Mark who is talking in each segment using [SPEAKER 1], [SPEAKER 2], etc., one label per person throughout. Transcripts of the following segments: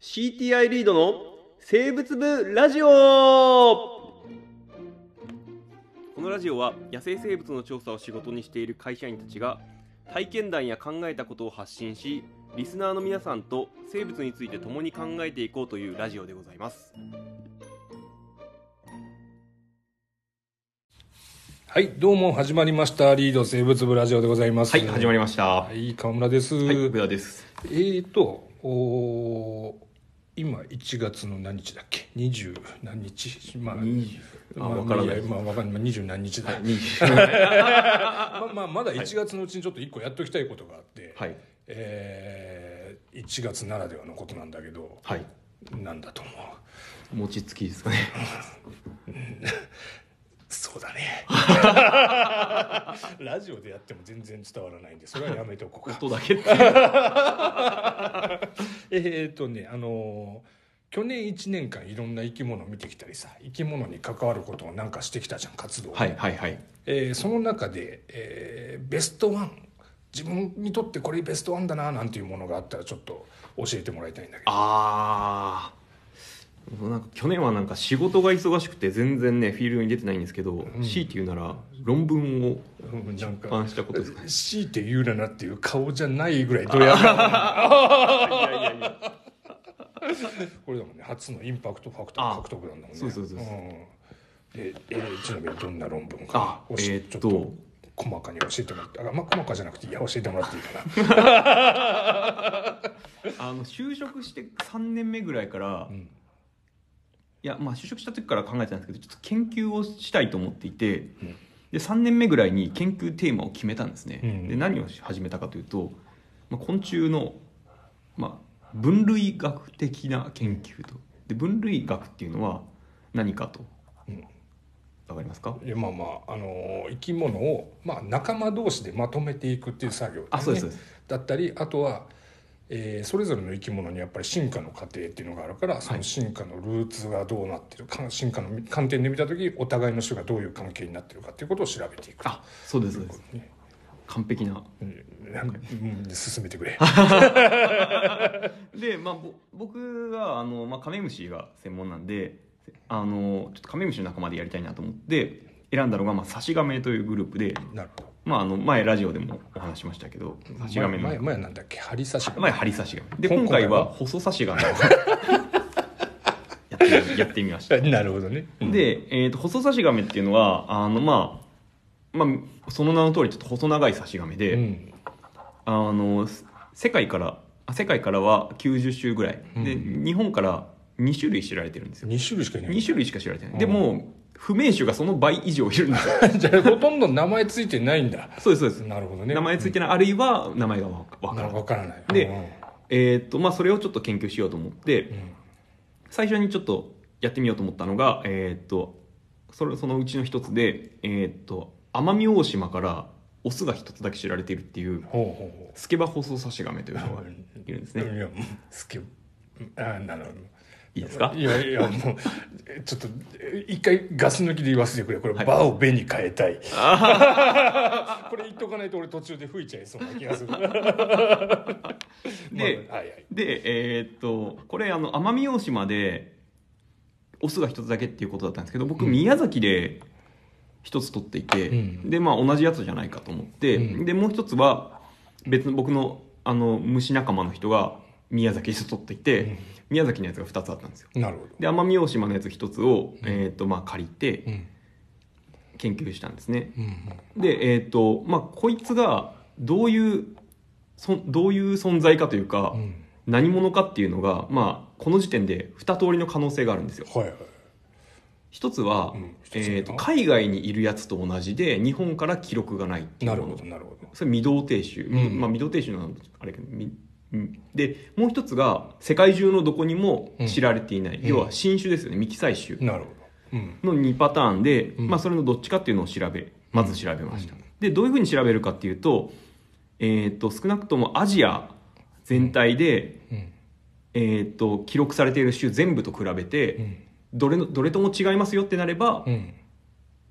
[SPEAKER 1] CTI リードの生物部ラジオこのラジオは野生生物の調査を仕事にしている会社員たちが体験談や考えたことを発信しリスナーの皆さんと生物について共に考えていこうというラジオでございます
[SPEAKER 2] はい、どうも始まりました。リード生物部ラジオでございます。
[SPEAKER 1] はい始まりましたは
[SPEAKER 2] はい、河村です。
[SPEAKER 1] い上田です
[SPEAKER 2] えーと、おー今1月の何日だっけ ?20 何日まあ、まあ、
[SPEAKER 1] あわからない
[SPEAKER 2] やまあ、わかんない。20何日だ。まあ、まあ、まだ1月のうちにちょっと1個やっときたいことがあって、
[SPEAKER 1] はい
[SPEAKER 2] えー、1月ならではのことなんだけど、
[SPEAKER 1] はい
[SPEAKER 2] なんだと思う
[SPEAKER 1] 餅つきですかね
[SPEAKER 2] そうだ ね。ラジオでやっても全然伝わらないんで、それはやめておこうか。
[SPEAKER 1] 音だけ
[SPEAKER 2] えーっとねあのー去年1年間いろんな生き物を見てきたりさ生き物に関わることをなんかしてきたじゃん活動を、
[SPEAKER 1] はいはいはい
[SPEAKER 2] えーその中で、えーベストワン自分にとってこれベストワンだななんていうものがあったらちょっと教えてもらいたいんだけど
[SPEAKER 1] ああなんか去年はなんか仕事が忙しくて全然ねフィールドに出てないんですけど、
[SPEAKER 2] ん
[SPEAKER 1] 強いて言うなら論文を
[SPEAKER 2] うんなん
[SPEAKER 1] 出
[SPEAKER 2] か
[SPEAKER 1] 版したことです かね
[SPEAKER 2] 強いて言うななっていう顔じゃないぐらいドヤ顔これだもんね初のインパクトファクター獲得なんだもんね
[SPEAKER 1] そうそうそうそうん
[SPEAKER 2] でえーちなみにどんな論文か
[SPEAKER 1] あ
[SPEAKER 2] 教
[SPEAKER 1] え
[SPEAKER 2] え
[SPEAKER 1] ーっ
[SPEAKER 2] ちょっ
[SPEAKER 1] と
[SPEAKER 2] と細かに教えてもらってあまあ細かじゃなくていや教えてもらっていいかな
[SPEAKER 1] あの就職して3年目ぐらいから、いやまあ就職した時から考えてたんですけどちょっと研究をしたいと思っていて、
[SPEAKER 2] うん
[SPEAKER 1] で3年目ぐらいに研究テーマを決めたんですね、
[SPEAKER 2] うん
[SPEAKER 1] で何を始めたかというと、まあ、昆虫の、まあ、分類学的な研究とで分類学っていうのは何かと
[SPEAKER 2] うん
[SPEAKER 1] わかりますか
[SPEAKER 2] いやまあまあ、あのー生き物を、まあ、仲間同士でまとめていくっていう作業だ,、
[SPEAKER 1] あそうですそうです
[SPEAKER 2] だったりあとは、えーそれぞれの生き物にやっぱり進化の過程っていうのがあるからその進化のルーツがどうなってるか、進化の観点で見た時お互いの種がどういう関係になってるかっていうことを調べていくと
[SPEAKER 1] あそうですそうです
[SPEAKER 2] ね
[SPEAKER 1] 完璧な
[SPEAKER 2] うんなんかうん進めてくれ。
[SPEAKER 1] で、まあ、ぼ僕はあの、まあ、カメムシが専門なんであのちょっとカメムシの仲間でやりたいなと思って選んだのが、まあ、サシガメというグループで、
[SPEAKER 2] なるほど。
[SPEAKER 1] まあ、あの前ラジオでもお話しましたけどサシガメの
[SPEAKER 2] 前
[SPEAKER 1] 前
[SPEAKER 2] 前なんだっけ針刺し。
[SPEAKER 1] ハリサシガメで
[SPEAKER 2] 今
[SPEAKER 1] 今
[SPEAKER 2] 回
[SPEAKER 1] 回
[SPEAKER 2] は
[SPEAKER 1] は細サシガメを やってみやってみました
[SPEAKER 2] なるほどね。うん、
[SPEAKER 1] で、えー、と細サシガメっていうのはあの、まあまあ、その名の通りちょっと細長いサシガメで、
[SPEAKER 2] うん
[SPEAKER 1] あのせ世界からあ世界からは90種ぐらい、で
[SPEAKER 2] うん
[SPEAKER 1] 日本から2種類知られてるんですよ
[SPEAKER 2] 二種類しかいない。
[SPEAKER 1] 2種類しか知られてない、
[SPEAKER 2] うん
[SPEAKER 1] でも不明種がその倍以上いるんですよ
[SPEAKER 2] じゃあほとんど名前ついてないんだ。
[SPEAKER 1] そうですそうです、
[SPEAKER 2] なるほどね。
[SPEAKER 1] 名前ついてない、あるいは名前がわわから
[SPEAKER 2] な。
[SPEAKER 1] ない
[SPEAKER 2] わからない。
[SPEAKER 1] でえーっとまあそれをちょっと研究しようと思って、
[SPEAKER 2] うん、うん
[SPEAKER 1] 最初にちょっとやってみようと思ったのがえーっとそれそのうちの一つでえーっと奄美大島からオスが一つだけ知られているっていう
[SPEAKER 2] ほうほうほう。
[SPEAKER 1] スケバホソサシガメというのがいるんですね、
[SPEAKER 2] いや、好き。あ、なるほど。
[SPEAKER 1] いいですか
[SPEAKER 2] いやいやもうえちょっとえ一回ガス抜きで言わせてくれこれ、
[SPEAKER 1] はい
[SPEAKER 2] バーをベに変えたい これ言っとかないと俺途中で吹いちゃいそうな気がするで、 まあはいはい
[SPEAKER 1] でえーっとこれあの奄美大島でオスが一つだけっていうことだったんですけど僕
[SPEAKER 2] うん
[SPEAKER 1] 宮崎で一つ取っていて、
[SPEAKER 2] うん
[SPEAKER 1] でまあ同じやつじゃないかと思って、
[SPEAKER 2] うん
[SPEAKER 1] でもう一つは別の僕のあの虫仲間の人が宮崎で取っていて、
[SPEAKER 2] うん
[SPEAKER 1] 宮崎のやつが2つあったんですよ
[SPEAKER 2] なるほど
[SPEAKER 1] で奄美大島のやつ1つを、
[SPEAKER 2] うん
[SPEAKER 1] えーっとまあ、借り
[SPEAKER 2] う
[SPEAKER 1] て
[SPEAKER 2] ん
[SPEAKER 1] 研究したんですね
[SPEAKER 2] うん
[SPEAKER 1] でえーっとまあこいつがどういうそんどういう存在かというか、
[SPEAKER 2] うん
[SPEAKER 1] 何者かっていうのが、まあ、この時点で2通りの可能性があるんですよ
[SPEAKER 2] はいはい
[SPEAKER 1] 一つは、
[SPEAKER 2] うん一つ目は
[SPEAKER 1] えー、と海外にいるやつと同じで日本から記録がないっていう
[SPEAKER 2] な
[SPEAKER 1] も
[SPEAKER 2] る
[SPEAKER 1] の
[SPEAKER 2] ほどなるほど
[SPEAKER 1] それ未同定種、
[SPEAKER 2] うん
[SPEAKER 1] まあ、未同定種なのあれけどみうんでもう一つが世界中のどこにも知られていない、
[SPEAKER 2] うん
[SPEAKER 1] 要は新種ですよね未記載種
[SPEAKER 2] なるほどうん
[SPEAKER 1] の2パターンで、
[SPEAKER 2] うん
[SPEAKER 1] まあ、それのどっちかっていうのを調べまず調べました、でどういうふうに調べるかっていうと,、えー、と少なくともアジア全体で、
[SPEAKER 2] うん
[SPEAKER 1] えー、と記録されている種全部と比べて、
[SPEAKER 2] うん
[SPEAKER 1] どれのどれとも違いますよってなれば、
[SPEAKER 2] うん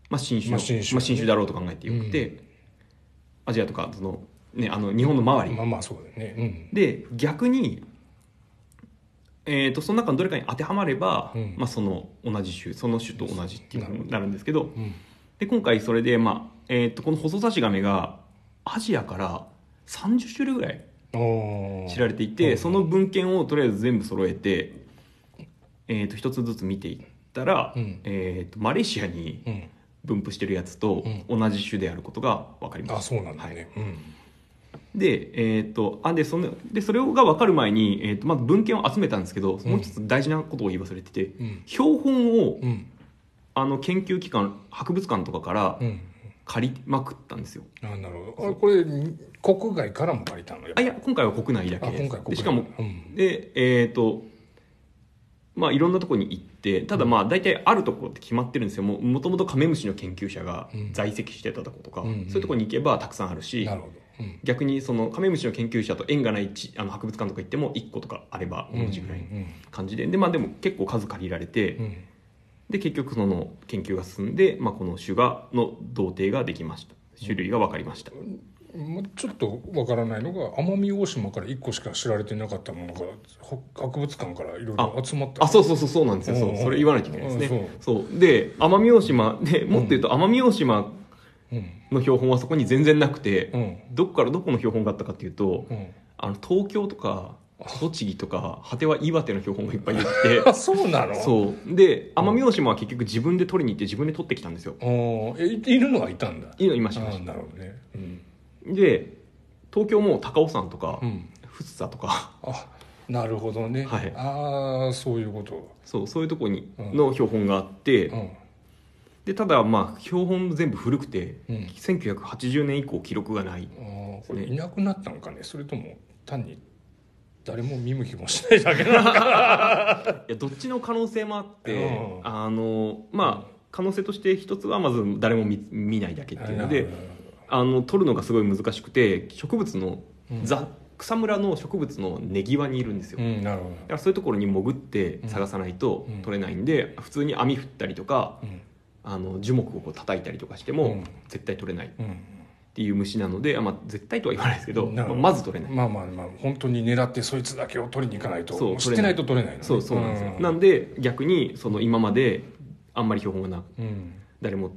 [SPEAKER 1] まあ、新種,、
[SPEAKER 2] ま
[SPEAKER 1] まあ、
[SPEAKER 2] あ新種
[SPEAKER 1] 新種だろうと考えてよくて、
[SPEAKER 2] う
[SPEAKER 1] アジアとかその、ね、あの日本の周り、
[SPEAKER 2] まあまあそうだよね
[SPEAKER 1] で逆に、えー、とその中のどれかに当てはまれば、
[SPEAKER 2] うん
[SPEAKER 1] まあ、その同じ種その種と同じっていうことになるんですけど
[SPEAKER 2] うん
[SPEAKER 1] で今回それで、まあえー、とこの細差しガメがアジアから30種類ぐらい
[SPEAKER 2] おー
[SPEAKER 1] 知られていうて
[SPEAKER 2] ん
[SPEAKER 1] その文献をとりあえず全部揃えて、えー、と一つずつ見ていったら、
[SPEAKER 2] うん
[SPEAKER 1] えー、とマレーシアに
[SPEAKER 2] うん、
[SPEAKER 1] 分布してるやつと同じ種であることが分かりま
[SPEAKER 2] あ
[SPEAKER 1] す。
[SPEAKER 2] そうなんだね、うん
[SPEAKER 1] で,、えー、とあでそのでそれが分かる前に、えー、とまず文献を集めたんですけどもう一つ大事なことを言い忘れてて、
[SPEAKER 2] うん
[SPEAKER 1] 標本を
[SPEAKER 2] うん
[SPEAKER 1] あの研究機関博物館とかから
[SPEAKER 2] うん
[SPEAKER 1] 借りまくったんですよ。
[SPEAKER 2] あなるほどあこれ国外からも借りたのやっ
[SPEAKER 1] あ
[SPEAKER 2] ぱ
[SPEAKER 1] い
[SPEAKER 2] り
[SPEAKER 1] や今回は国内だけです
[SPEAKER 2] あ今回国内
[SPEAKER 1] でしかも
[SPEAKER 2] うん
[SPEAKER 1] でえっ、とまあいろんなとこに行ってただまあ大体あるとこって決まってるんですよももともとカメムシの研究者が
[SPEAKER 2] うん
[SPEAKER 1] 在籍してたとことか、
[SPEAKER 2] うんうん
[SPEAKER 1] そういうとこに行けばたくさんあるし
[SPEAKER 2] なるほど、うん
[SPEAKER 1] 逆にそのカメムシの研究者と縁がないちあの博物館とか行っても1個とかあれば同じぐらいの
[SPEAKER 2] うん
[SPEAKER 1] 感じでで,、まあ、でも結構数借りられて、
[SPEAKER 2] うんうん
[SPEAKER 1] で結局その研究が進んで、まあ、この種がの同定ができました種類が分かりました、
[SPEAKER 2] まあちょっとわからないのが奄美大島から1個しか知られてなかったものがほ博物館からいろいろ集まった
[SPEAKER 1] あそうそうそうそうなんですよ
[SPEAKER 2] おう
[SPEAKER 1] そう
[SPEAKER 2] おう
[SPEAKER 1] それ言わないといけないです
[SPEAKER 2] うん
[SPEAKER 1] ねそうで奄美大島でもっと言うと奄美大島
[SPEAKER 2] うん
[SPEAKER 1] の標本はそこに全然なくて、
[SPEAKER 2] うん
[SPEAKER 1] どこからどこの標本があったかっていうと、
[SPEAKER 2] うん
[SPEAKER 1] あの東京とか栃木とか果ては岩手の標本がいっぱい出て
[SPEAKER 2] あそうなの
[SPEAKER 1] て
[SPEAKER 2] う
[SPEAKER 1] そうで奄美大島は結局自分で取りに行って自分で取ってきたんですよ
[SPEAKER 2] えいいるのはいたんだ
[SPEAKER 1] いいのいま
[SPEAKER 2] あ
[SPEAKER 1] したいまし
[SPEAKER 2] ーなるほどねうん、
[SPEAKER 1] たで東京も高尾山とか
[SPEAKER 2] うん、
[SPEAKER 1] 福生とか
[SPEAKER 2] あなるほどね、
[SPEAKER 1] はい
[SPEAKER 2] ああそういうこと
[SPEAKER 1] そうそういうとこに
[SPEAKER 2] うん
[SPEAKER 1] の標本があって、
[SPEAKER 2] うん
[SPEAKER 1] でただまあ標本全部古くて、
[SPEAKER 2] うん
[SPEAKER 1] 1980年以降記録がない
[SPEAKER 2] あーこれ
[SPEAKER 1] ね
[SPEAKER 2] いなくなったのかねそれとも単に誰も見向きもしないだけなのか
[SPEAKER 1] いやどっちの可能性もあって、
[SPEAKER 2] うん
[SPEAKER 1] あのまあ可能性として一つはまず誰も見見ないだけっていうのであの取るのがすごい難しくて植物の、
[SPEAKER 2] うん
[SPEAKER 1] ザ草むらの植物の根際にいるんですよ、
[SPEAKER 2] う
[SPEAKER 1] だ
[SPEAKER 2] んなるほ
[SPEAKER 1] からそういうところに潜って探さないと
[SPEAKER 2] うん
[SPEAKER 1] 取れないんで、普通に網振ったりとか
[SPEAKER 2] どうん
[SPEAKER 1] あの樹木をこう叩いたりとかして
[SPEAKER 2] う
[SPEAKER 1] も
[SPEAKER 2] ん
[SPEAKER 1] 絶対取れないっ
[SPEAKER 2] うん
[SPEAKER 1] ていう虫なので、あまあ、絶対とは言わないですけど、
[SPEAKER 2] なるほど
[SPEAKER 1] まあまず取れない
[SPEAKER 2] まあまあまあ本当に狙ってそいつだけを取りに行かないと
[SPEAKER 1] そう
[SPEAKER 2] 知ってないと取れないのね
[SPEAKER 1] そうそうなんですよ、
[SPEAKER 2] ん
[SPEAKER 1] なんで逆にその今まであんまり標本がな
[SPEAKER 2] うん
[SPEAKER 1] 誰も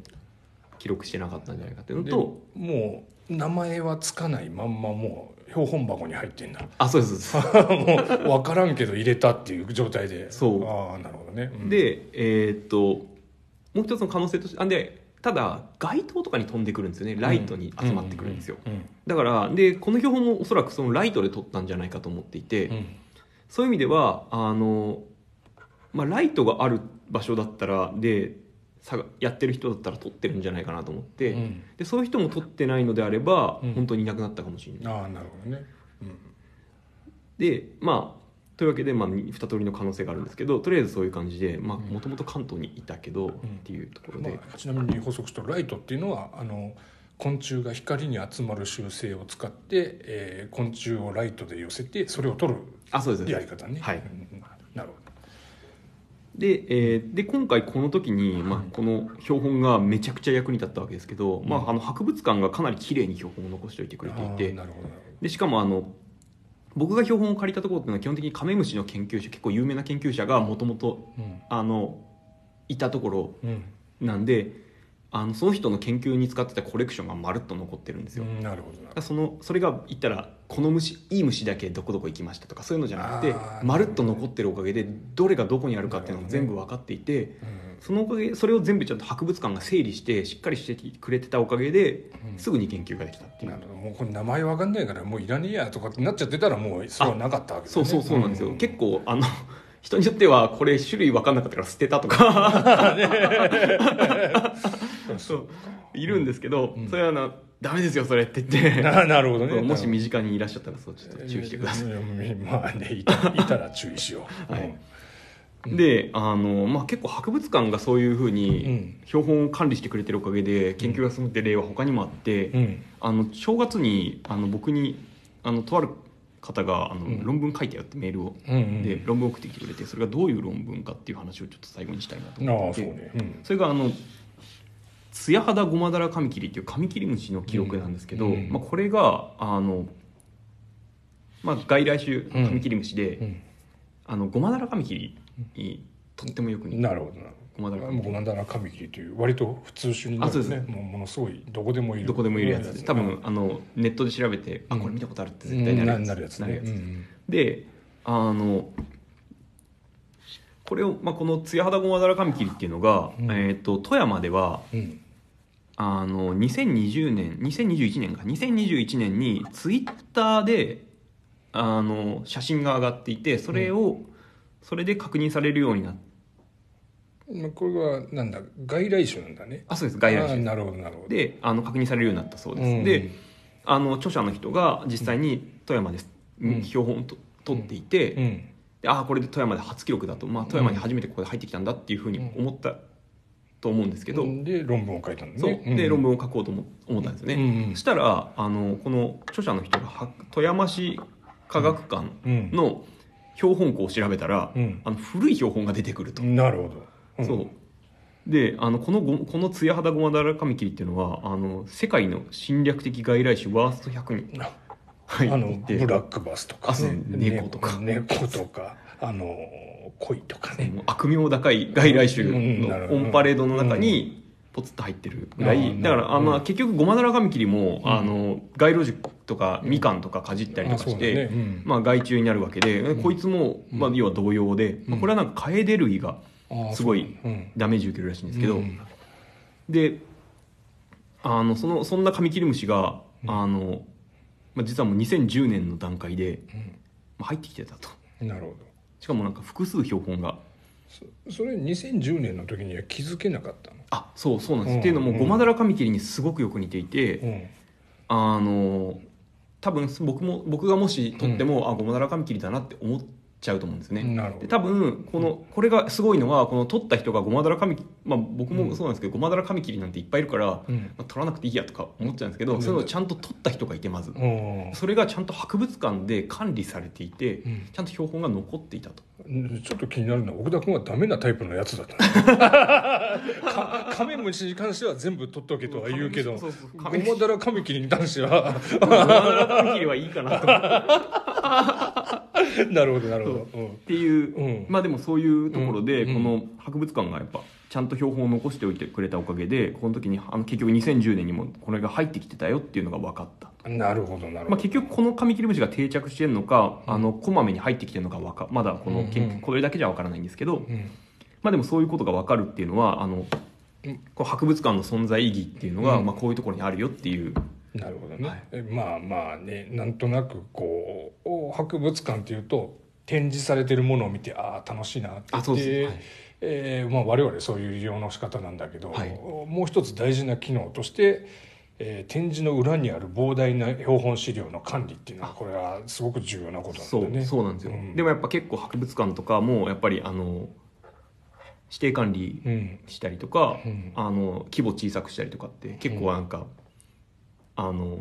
[SPEAKER 1] 記録してなかったんじゃないかっていうの
[SPEAKER 2] で
[SPEAKER 1] と
[SPEAKER 2] もう名前はつかないまんまもう標本箱に入ってんだ
[SPEAKER 1] あそうですそうで
[SPEAKER 2] もう分からんけど入れたっていう状態で
[SPEAKER 1] そう
[SPEAKER 2] ああなるほどね、
[SPEAKER 1] す
[SPEAKER 2] うん
[SPEAKER 1] でえーっともう一つの可能性としてあでただ街灯とかに飛んでくるんですよねライトに集まってくるんですよ、
[SPEAKER 2] うん
[SPEAKER 1] だからでこの標本もおそらくそのライトで撮ったんじゃないかと思っていて、
[SPEAKER 2] うん
[SPEAKER 1] そういう意味ではあの、まあ、ライトがある場所だったらでさがやってる人だったら撮ってるんじゃないかなと思って、
[SPEAKER 2] うん
[SPEAKER 1] でそういう人も撮ってないのであれば、
[SPEAKER 2] うん
[SPEAKER 1] 本当にいなくなったかもしれない
[SPEAKER 2] ああなるほどね、うん
[SPEAKER 1] でまあというわけで、まあ、に二通りの可能性があるんですけどとりあえずそういう感じでもともと関東にいたけど、っていうところで、
[SPEAKER 2] まあ、ちなみに補足するとライトっていうのはあの昆虫が光に集まる習性を使って、えー昆虫をライトで寄せてそれを取る
[SPEAKER 1] あ、そうです
[SPEAKER 2] やり方ね。
[SPEAKER 1] はい
[SPEAKER 2] うんなるほ
[SPEAKER 1] で,、えーで今回この時に、まあ、この標本がめちゃくちゃ役に立ったわけですけど、まあ、あの博物館がかなり綺麗に標本を残しておいてく
[SPEAKER 2] ど。
[SPEAKER 1] れてい
[SPEAKER 2] あー
[SPEAKER 1] て
[SPEAKER 2] なるほどなる
[SPEAKER 1] でしかもあの僕が標本を借りたところっていうのは基本的にカメムシの研究者結構有名な研究者がもともと
[SPEAKER 2] ほど。うん
[SPEAKER 1] あのいたところ
[SPEAKER 2] うん
[SPEAKER 1] なんであのその人の研究に使ってたコレクションがまるっと残ってるんですよ。
[SPEAKER 2] うん、なるほどなるほど。
[SPEAKER 1] そのそれが言ったらこの虫いい虫だけどこどこ行きましたとかそういうのじゃなくて
[SPEAKER 2] あー
[SPEAKER 1] まるっと残ってるおかげでどれがどこにあるかっていうのが全部分かっていて
[SPEAKER 2] うん
[SPEAKER 1] そのおかげそれを全部ちゃんと博物館が整理してしっかりしてくれてたおかげですぐに研究ができたっていう
[SPEAKER 2] なるほどもうこれ名前わかんないからもういらねえやとかってなっちゃってたらもうそれはなかったわけだ
[SPEAKER 1] そ
[SPEAKER 2] ね
[SPEAKER 1] うそうそうなんですよ、
[SPEAKER 2] う
[SPEAKER 1] 結構あの 人によってはこれ種類分かんなかったから捨てたとか
[SPEAKER 2] そうそう
[SPEAKER 1] いるんですけど、
[SPEAKER 2] うん
[SPEAKER 1] それはなダメですよそれって言って
[SPEAKER 2] ななるほどね
[SPEAKER 1] そうもし身近にいらっしゃったらそうちょっと注意してください
[SPEAKER 2] いやまあねいたいたら注意しよう、
[SPEAKER 1] はいであの、まあ、結構博物館がそういうふう
[SPEAKER 2] う
[SPEAKER 1] に
[SPEAKER 2] ん
[SPEAKER 1] 標本を管理してくれてるおかげで研究が進むって例は他にもあって、
[SPEAKER 2] うんうん
[SPEAKER 1] あの正月にあの僕にあのとある方があの、
[SPEAKER 2] うん
[SPEAKER 1] 論文書いたよってメールを、
[SPEAKER 2] うんうん
[SPEAKER 1] で論文送ってきてくれてそれがどういう論文かっていう話をちょっと最後にしたいなと
[SPEAKER 2] あ
[SPEAKER 1] 思
[SPEAKER 2] あ
[SPEAKER 1] っ
[SPEAKER 2] そ
[SPEAKER 1] て
[SPEAKER 2] う
[SPEAKER 1] いて
[SPEAKER 2] ね、うん、
[SPEAKER 1] それがあのツヤハダゴマダラカミキリっていうカミキリムシの記録なんですけど、
[SPEAKER 2] うんうん
[SPEAKER 1] まあ、これがあの、まあ、外来種カミキリムシで、
[SPEAKER 2] うん
[SPEAKER 1] あのゴマダラカミキリにとってもよく似て
[SPEAKER 2] なるほどなる
[SPEAKER 1] ゴマ
[SPEAKER 2] ほ
[SPEAKER 1] ダ
[SPEAKER 2] ど
[SPEAKER 1] ラカ
[SPEAKER 2] まあ
[SPEAKER 1] ミキ
[SPEAKER 2] 僕なんだな神切りという割と普通種になる
[SPEAKER 1] あそう
[SPEAKER 2] ね
[SPEAKER 1] で
[SPEAKER 2] もうものすごいどこでもい
[SPEAKER 1] リ
[SPEAKER 2] る
[SPEAKER 1] どこでもいるやつです多
[SPEAKER 2] うん
[SPEAKER 1] 分あのネットで調べて、
[SPEAKER 2] う
[SPEAKER 1] あ
[SPEAKER 2] ん
[SPEAKER 1] これ見たことあるって絶対
[SPEAKER 2] なな
[SPEAKER 1] なる
[SPEAKER 2] るや
[SPEAKER 1] や
[SPEAKER 2] つ
[SPEAKER 1] つ,、
[SPEAKER 2] ね
[SPEAKER 1] なるやつであのこれを、まあ、このツヤ肌ゴマダラカミキリっていうのが、
[SPEAKER 2] うん
[SPEAKER 1] えー、と富山では
[SPEAKER 2] うんうん
[SPEAKER 1] あの2020年2021年か2021年にツイッターであの写真が上がっていてそれを、それで確認されるようになって
[SPEAKER 2] まあこれはなんだ外来種なんだね
[SPEAKER 1] あそうです外来
[SPEAKER 2] あ
[SPEAKER 1] 種
[SPEAKER 2] ー
[SPEAKER 1] です
[SPEAKER 2] なるほどなるほど
[SPEAKER 1] であの確認されるようになったそうです、
[SPEAKER 2] うん
[SPEAKER 1] であの著者の人が実際に富山です、
[SPEAKER 2] うん
[SPEAKER 1] 標本と取っていて、
[SPEAKER 2] うん
[SPEAKER 1] でああこれで富山で初記録だと、まあ、富山に初めてここで入ってきたんだっていうふうに思ったと思うんですけど、
[SPEAKER 2] で論文を書いたんだ
[SPEAKER 1] そう
[SPEAKER 2] ね
[SPEAKER 1] で論文を書こうと思思ったんですよね、
[SPEAKER 2] うんうん
[SPEAKER 1] そしたらあのこの著者の人がは富山市科学館
[SPEAKER 2] うん
[SPEAKER 1] の標本庫を調べたら、
[SPEAKER 2] うん
[SPEAKER 1] あの古い標本が出てくると。
[SPEAKER 2] なるほど、ん
[SPEAKER 1] そうであのこのごこのツヤハダゴマダラカミキリっていうのはあの世界の侵略的外来種ワースト100に
[SPEAKER 2] あ
[SPEAKER 1] 入
[SPEAKER 2] あの
[SPEAKER 1] って
[SPEAKER 2] ブラックバスとか、
[SPEAKER 1] あそう猫とか
[SPEAKER 2] 猫とかあの鯉とかね
[SPEAKER 1] もう悪名高い外来種
[SPEAKER 2] うんなるほ
[SPEAKER 1] の
[SPEAKER 2] ど
[SPEAKER 1] オンパレードの中にポツッと入ってるぐら
[SPEAKER 2] う
[SPEAKER 1] い
[SPEAKER 2] ん
[SPEAKER 1] だからあ、
[SPEAKER 2] うん
[SPEAKER 1] まあ、結局ゴマダラカミキリも、
[SPEAKER 2] うん
[SPEAKER 1] あの街路樹とかみかんとかかじったりとか
[SPEAKER 2] あそう
[SPEAKER 1] し
[SPEAKER 2] だ
[SPEAKER 1] て、
[SPEAKER 2] ねうん
[SPEAKER 1] まあ、害虫になるわけで、こいつも、まあ、要は同様で、まあ、これはなんかカエデ類が
[SPEAKER 2] あ
[SPEAKER 1] すごい
[SPEAKER 2] そうなんだ
[SPEAKER 1] ダメージ受けるらしいんですけ
[SPEAKER 2] う
[SPEAKER 1] ど、
[SPEAKER 2] ん
[SPEAKER 1] であのそのそんなカミキリムシが、あのまあ、実はもう2010年の段階で、まあ、入ってきてたと
[SPEAKER 2] うんなるほ
[SPEAKER 1] しかもなんか複数標本が
[SPEAKER 2] どそれ2010年の時には気づけなかったの
[SPEAKER 1] あそうそうなんです、
[SPEAKER 2] うん
[SPEAKER 1] っていうのも
[SPEAKER 2] うん
[SPEAKER 1] ゴマダラカミキリにすごくよく似ていて、
[SPEAKER 2] うん
[SPEAKER 1] あの多分僕も僕がもし撮っても、あゴマダラカミキリだなって思っちゃうと思うんですね、
[SPEAKER 2] なるほど
[SPEAKER 1] で多分このこれがすごいのはこの撮った人がゴマダラカミキまあ僕もそうなんですけど、ゴマダラカミキリなんていっぱいいるから、
[SPEAKER 2] うん
[SPEAKER 1] まあ、撮らなくていいやとか思っちゃうんですけど、
[SPEAKER 2] うん
[SPEAKER 1] そういうのをちゃんと撮った人がいてまず、
[SPEAKER 2] うん
[SPEAKER 1] それがちゃんと博物館で管理されていて、
[SPEAKER 2] ん
[SPEAKER 1] ちゃんと標本が残っていたと
[SPEAKER 2] ちょっと気になるのは奥田君はダメなタイプのやつだった かカメムシに関しては全部取っとけとは言うけど
[SPEAKER 1] そうそう
[SPEAKER 2] ゴマダラカミキリに関しては
[SPEAKER 1] ゴマダラカミキリはいいかなと思って
[SPEAKER 2] なるほどなるほどうん
[SPEAKER 1] っていう、
[SPEAKER 2] うん
[SPEAKER 1] まあでもそういうところで、
[SPEAKER 2] うん
[SPEAKER 1] この博物館がやっぱちゃんと標本を残しておいてくれたおかげでこの時にあの結局2010年にもこれが入ってきてたよっていうのが分かった、
[SPEAKER 2] なるほどなるほど、
[SPEAKER 1] まあ、結局このカミキリムシが定着してるのか、あのこまめに入ってきてるのかわかまだこの研
[SPEAKER 2] うんう
[SPEAKER 1] 究
[SPEAKER 2] ん
[SPEAKER 1] これだけじゃ分からないんですけど、
[SPEAKER 2] うん
[SPEAKER 1] まあでもそういうことが分かるっていうのはあの
[SPEAKER 2] うん
[SPEAKER 1] こう博物館の存在意義っていうのが、
[SPEAKER 2] うん
[SPEAKER 1] まあ、こういうところにあるよっていう
[SPEAKER 2] なるほどね、
[SPEAKER 1] はい
[SPEAKER 2] えまあまあねなんとなくこうお博物館っていうと展示されてるものを見てああ楽しいなって
[SPEAKER 1] あそうですねはい
[SPEAKER 2] えーまあ、我々そういう利用の仕方なんだけど、
[SPEAKER 1] はい
[SPEAKER 2] もう一つ大事な機能として、えー展示の裏にある膨大な標本資料の管理っていうのはこれはすごく重要なこと
[SPEAKER 1] そ
[SPEAKER 2] なんだ
[SPEAKER 1] う
[SPEAKER 2] ね。
[SPEAKER 1] そうなんですよ、
[SPEAKER 2] うん
[SPEAKER 1] でもやっぱ結構博物館とかもやっぱりあの指定管理
[SPEAKER 2] うん
[SPEAKER 1] したりとか、
[SPEAKER 2] うん
[SPEAKER 1] あの規模小さくしたりとかって結構なんか、あの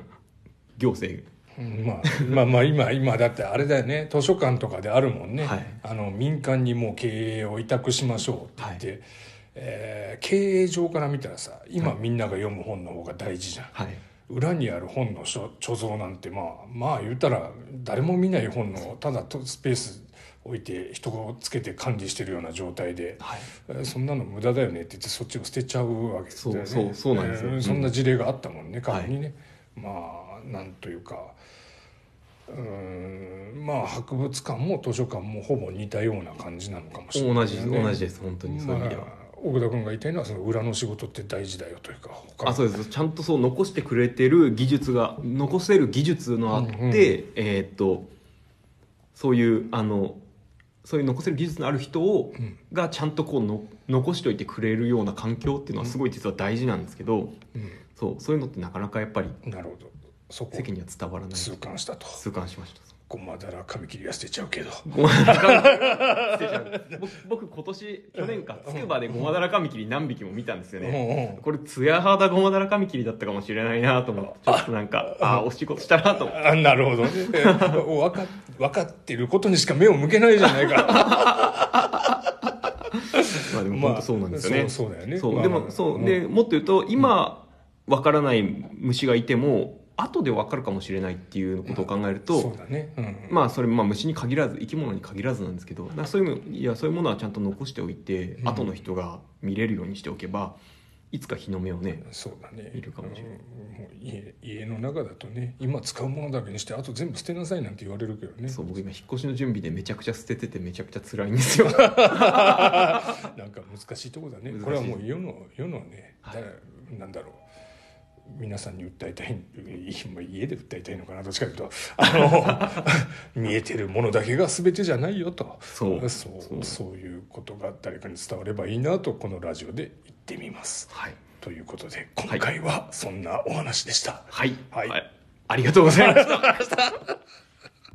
[SPEAKER 1] 行政
[SPEAKER 2] うんまあ、まあまあ今今だってあれだよね図書館とかであるもんね、
[SPEAKER 1] はい
[SPEAKER 2] あの民間にもう経営を委託しましょうって言って、えー経営上から見たらさ今みんなが読む本の方が大事じゃん、
[SPEAKER 1] はい
[SPEAKER 2] 裏にある本の書貯蔵なんてまあまあ言うたら誰も見ない本のただとスペース置いて人をつけて管理してるような状態で、
[SPEAKER 1] はい
[SPEAKER 2] えーそんなの無駄だよねって言ってそっちを捨てちゃうわけだよね
[SPEAKER 1] そうそうそうなんですよ
[SPEAKER 2] えー
[SPEAKER 1] うん
[SPEAKER 2] そんな事例があったもんね過去にね、まあなんというかうーんまあ博物館も図書館もほぼ似たような感じなのかもしれな
[SPEAKER 1] 同
[SPEAKER 2] い、ね、
[SPEAKER 1] じ同じです本当にそういう意味では、
[SPEAKER 2] まあ奥田君が言いたいのはその裏の仕事って大事だよというか他の
[SPEAKER 1] あそうですちゃんとそう残してくれてる技術が残せる技術のあって、
[SPEAKER 2] うんうん
[SPEAKER 1] えーっとそういうあのそういう残せる技術のある人を、
[SPEAKER 2] ん
[SPEAKER 1] がちゃんとこうの残しておいてくれるような環境っていうのはすごい実は大事なんですけど、
[SPEAKER 2] う
[SPEAKER 1] そうそういうのってなかなかやっぱり
[SPEAKER 2] ん、なるほどそこ
[SPEAKER 1] 世間には伝わらない
[SPEAKER 2] 痛感したと
[SPEAKER 1] 痛感しました
[SPEAKER 2] ごまだら髪切りは捨てちゃうけど
[SPEAKER 1] ごまだらカミキリ 僕僕今年去年かつくばでごまだらカミキリ何匹も見たんですよね
[SPEAKER 2] うんうん
[SPEAKER 1] これツヤ肌ごまだらカミキリだったかもしれないなと思ってちょっとなんかああお仕事したなと思って
[SPEAKER 2] あなるほどねえ分か分かってることにしか目を向けないじゃないか
[SPEAKER 1] まあでも本当そうなんですよね、
[SPEAKER 2] そうそうだよね
[SPEAKER 1] そう
[SPEAKER 2] まあ
[SPEAKER 1] でもそう、
[SPEAKER 2] うん
[SPEAKER 1] でもっと言うと今わからない虫がいても後で分かるかもしれないっていうことを考えると、
[SPEAKER 2] そうだね、うん
[SPEAKER 1] まあそれまあ虫に限らず生き物に限らずなんですけどだからそういうのいやそういうものはちゃんと残しておいて、
[SPEAKER 2] うん
[SPEAKER 1] 後の人が見れるようにしておけばいつか日の目をね
[SPEAKER 2] そうだね
[SPEAKER 1] いるかもしれない
[SPEAKER 2] うんもう家家の中だとね今使うものだけにしてあと全部捨てなさいなんて言われるけどね
[SPEAKER 1] そう僕今引っ越しの準備でめちゃくちゃ捨てててめちゃくちゃ辛いんですよ
[SPEAKER 2] なんか難しいとこだね
[SPEAKER 1] 難しい
[SPEAKER 2] これはもう世の世のね、
[SPEAKER 1] は
[SPEAKER 2] だなんだろう皆さんに訴えたいいまあ家で訴えたいのかなどっちかというとあ の見えてるものだけが全てじゃないよと
[SPEAKER 1] そう
[SPEAKER 2] そう
[SPEAKER 1] そう
[SPEAKER 2] そういうことが誰かに伝わればいいなとこのラジオで言ってみます。
[SPEAKER 1] はい、
[SPEAKER 2] ということで今回はそんなお話でした。
[SPEAKER 1] はい
[SPEAKER 2] はい
[SPEAKER 1] ありがとうございました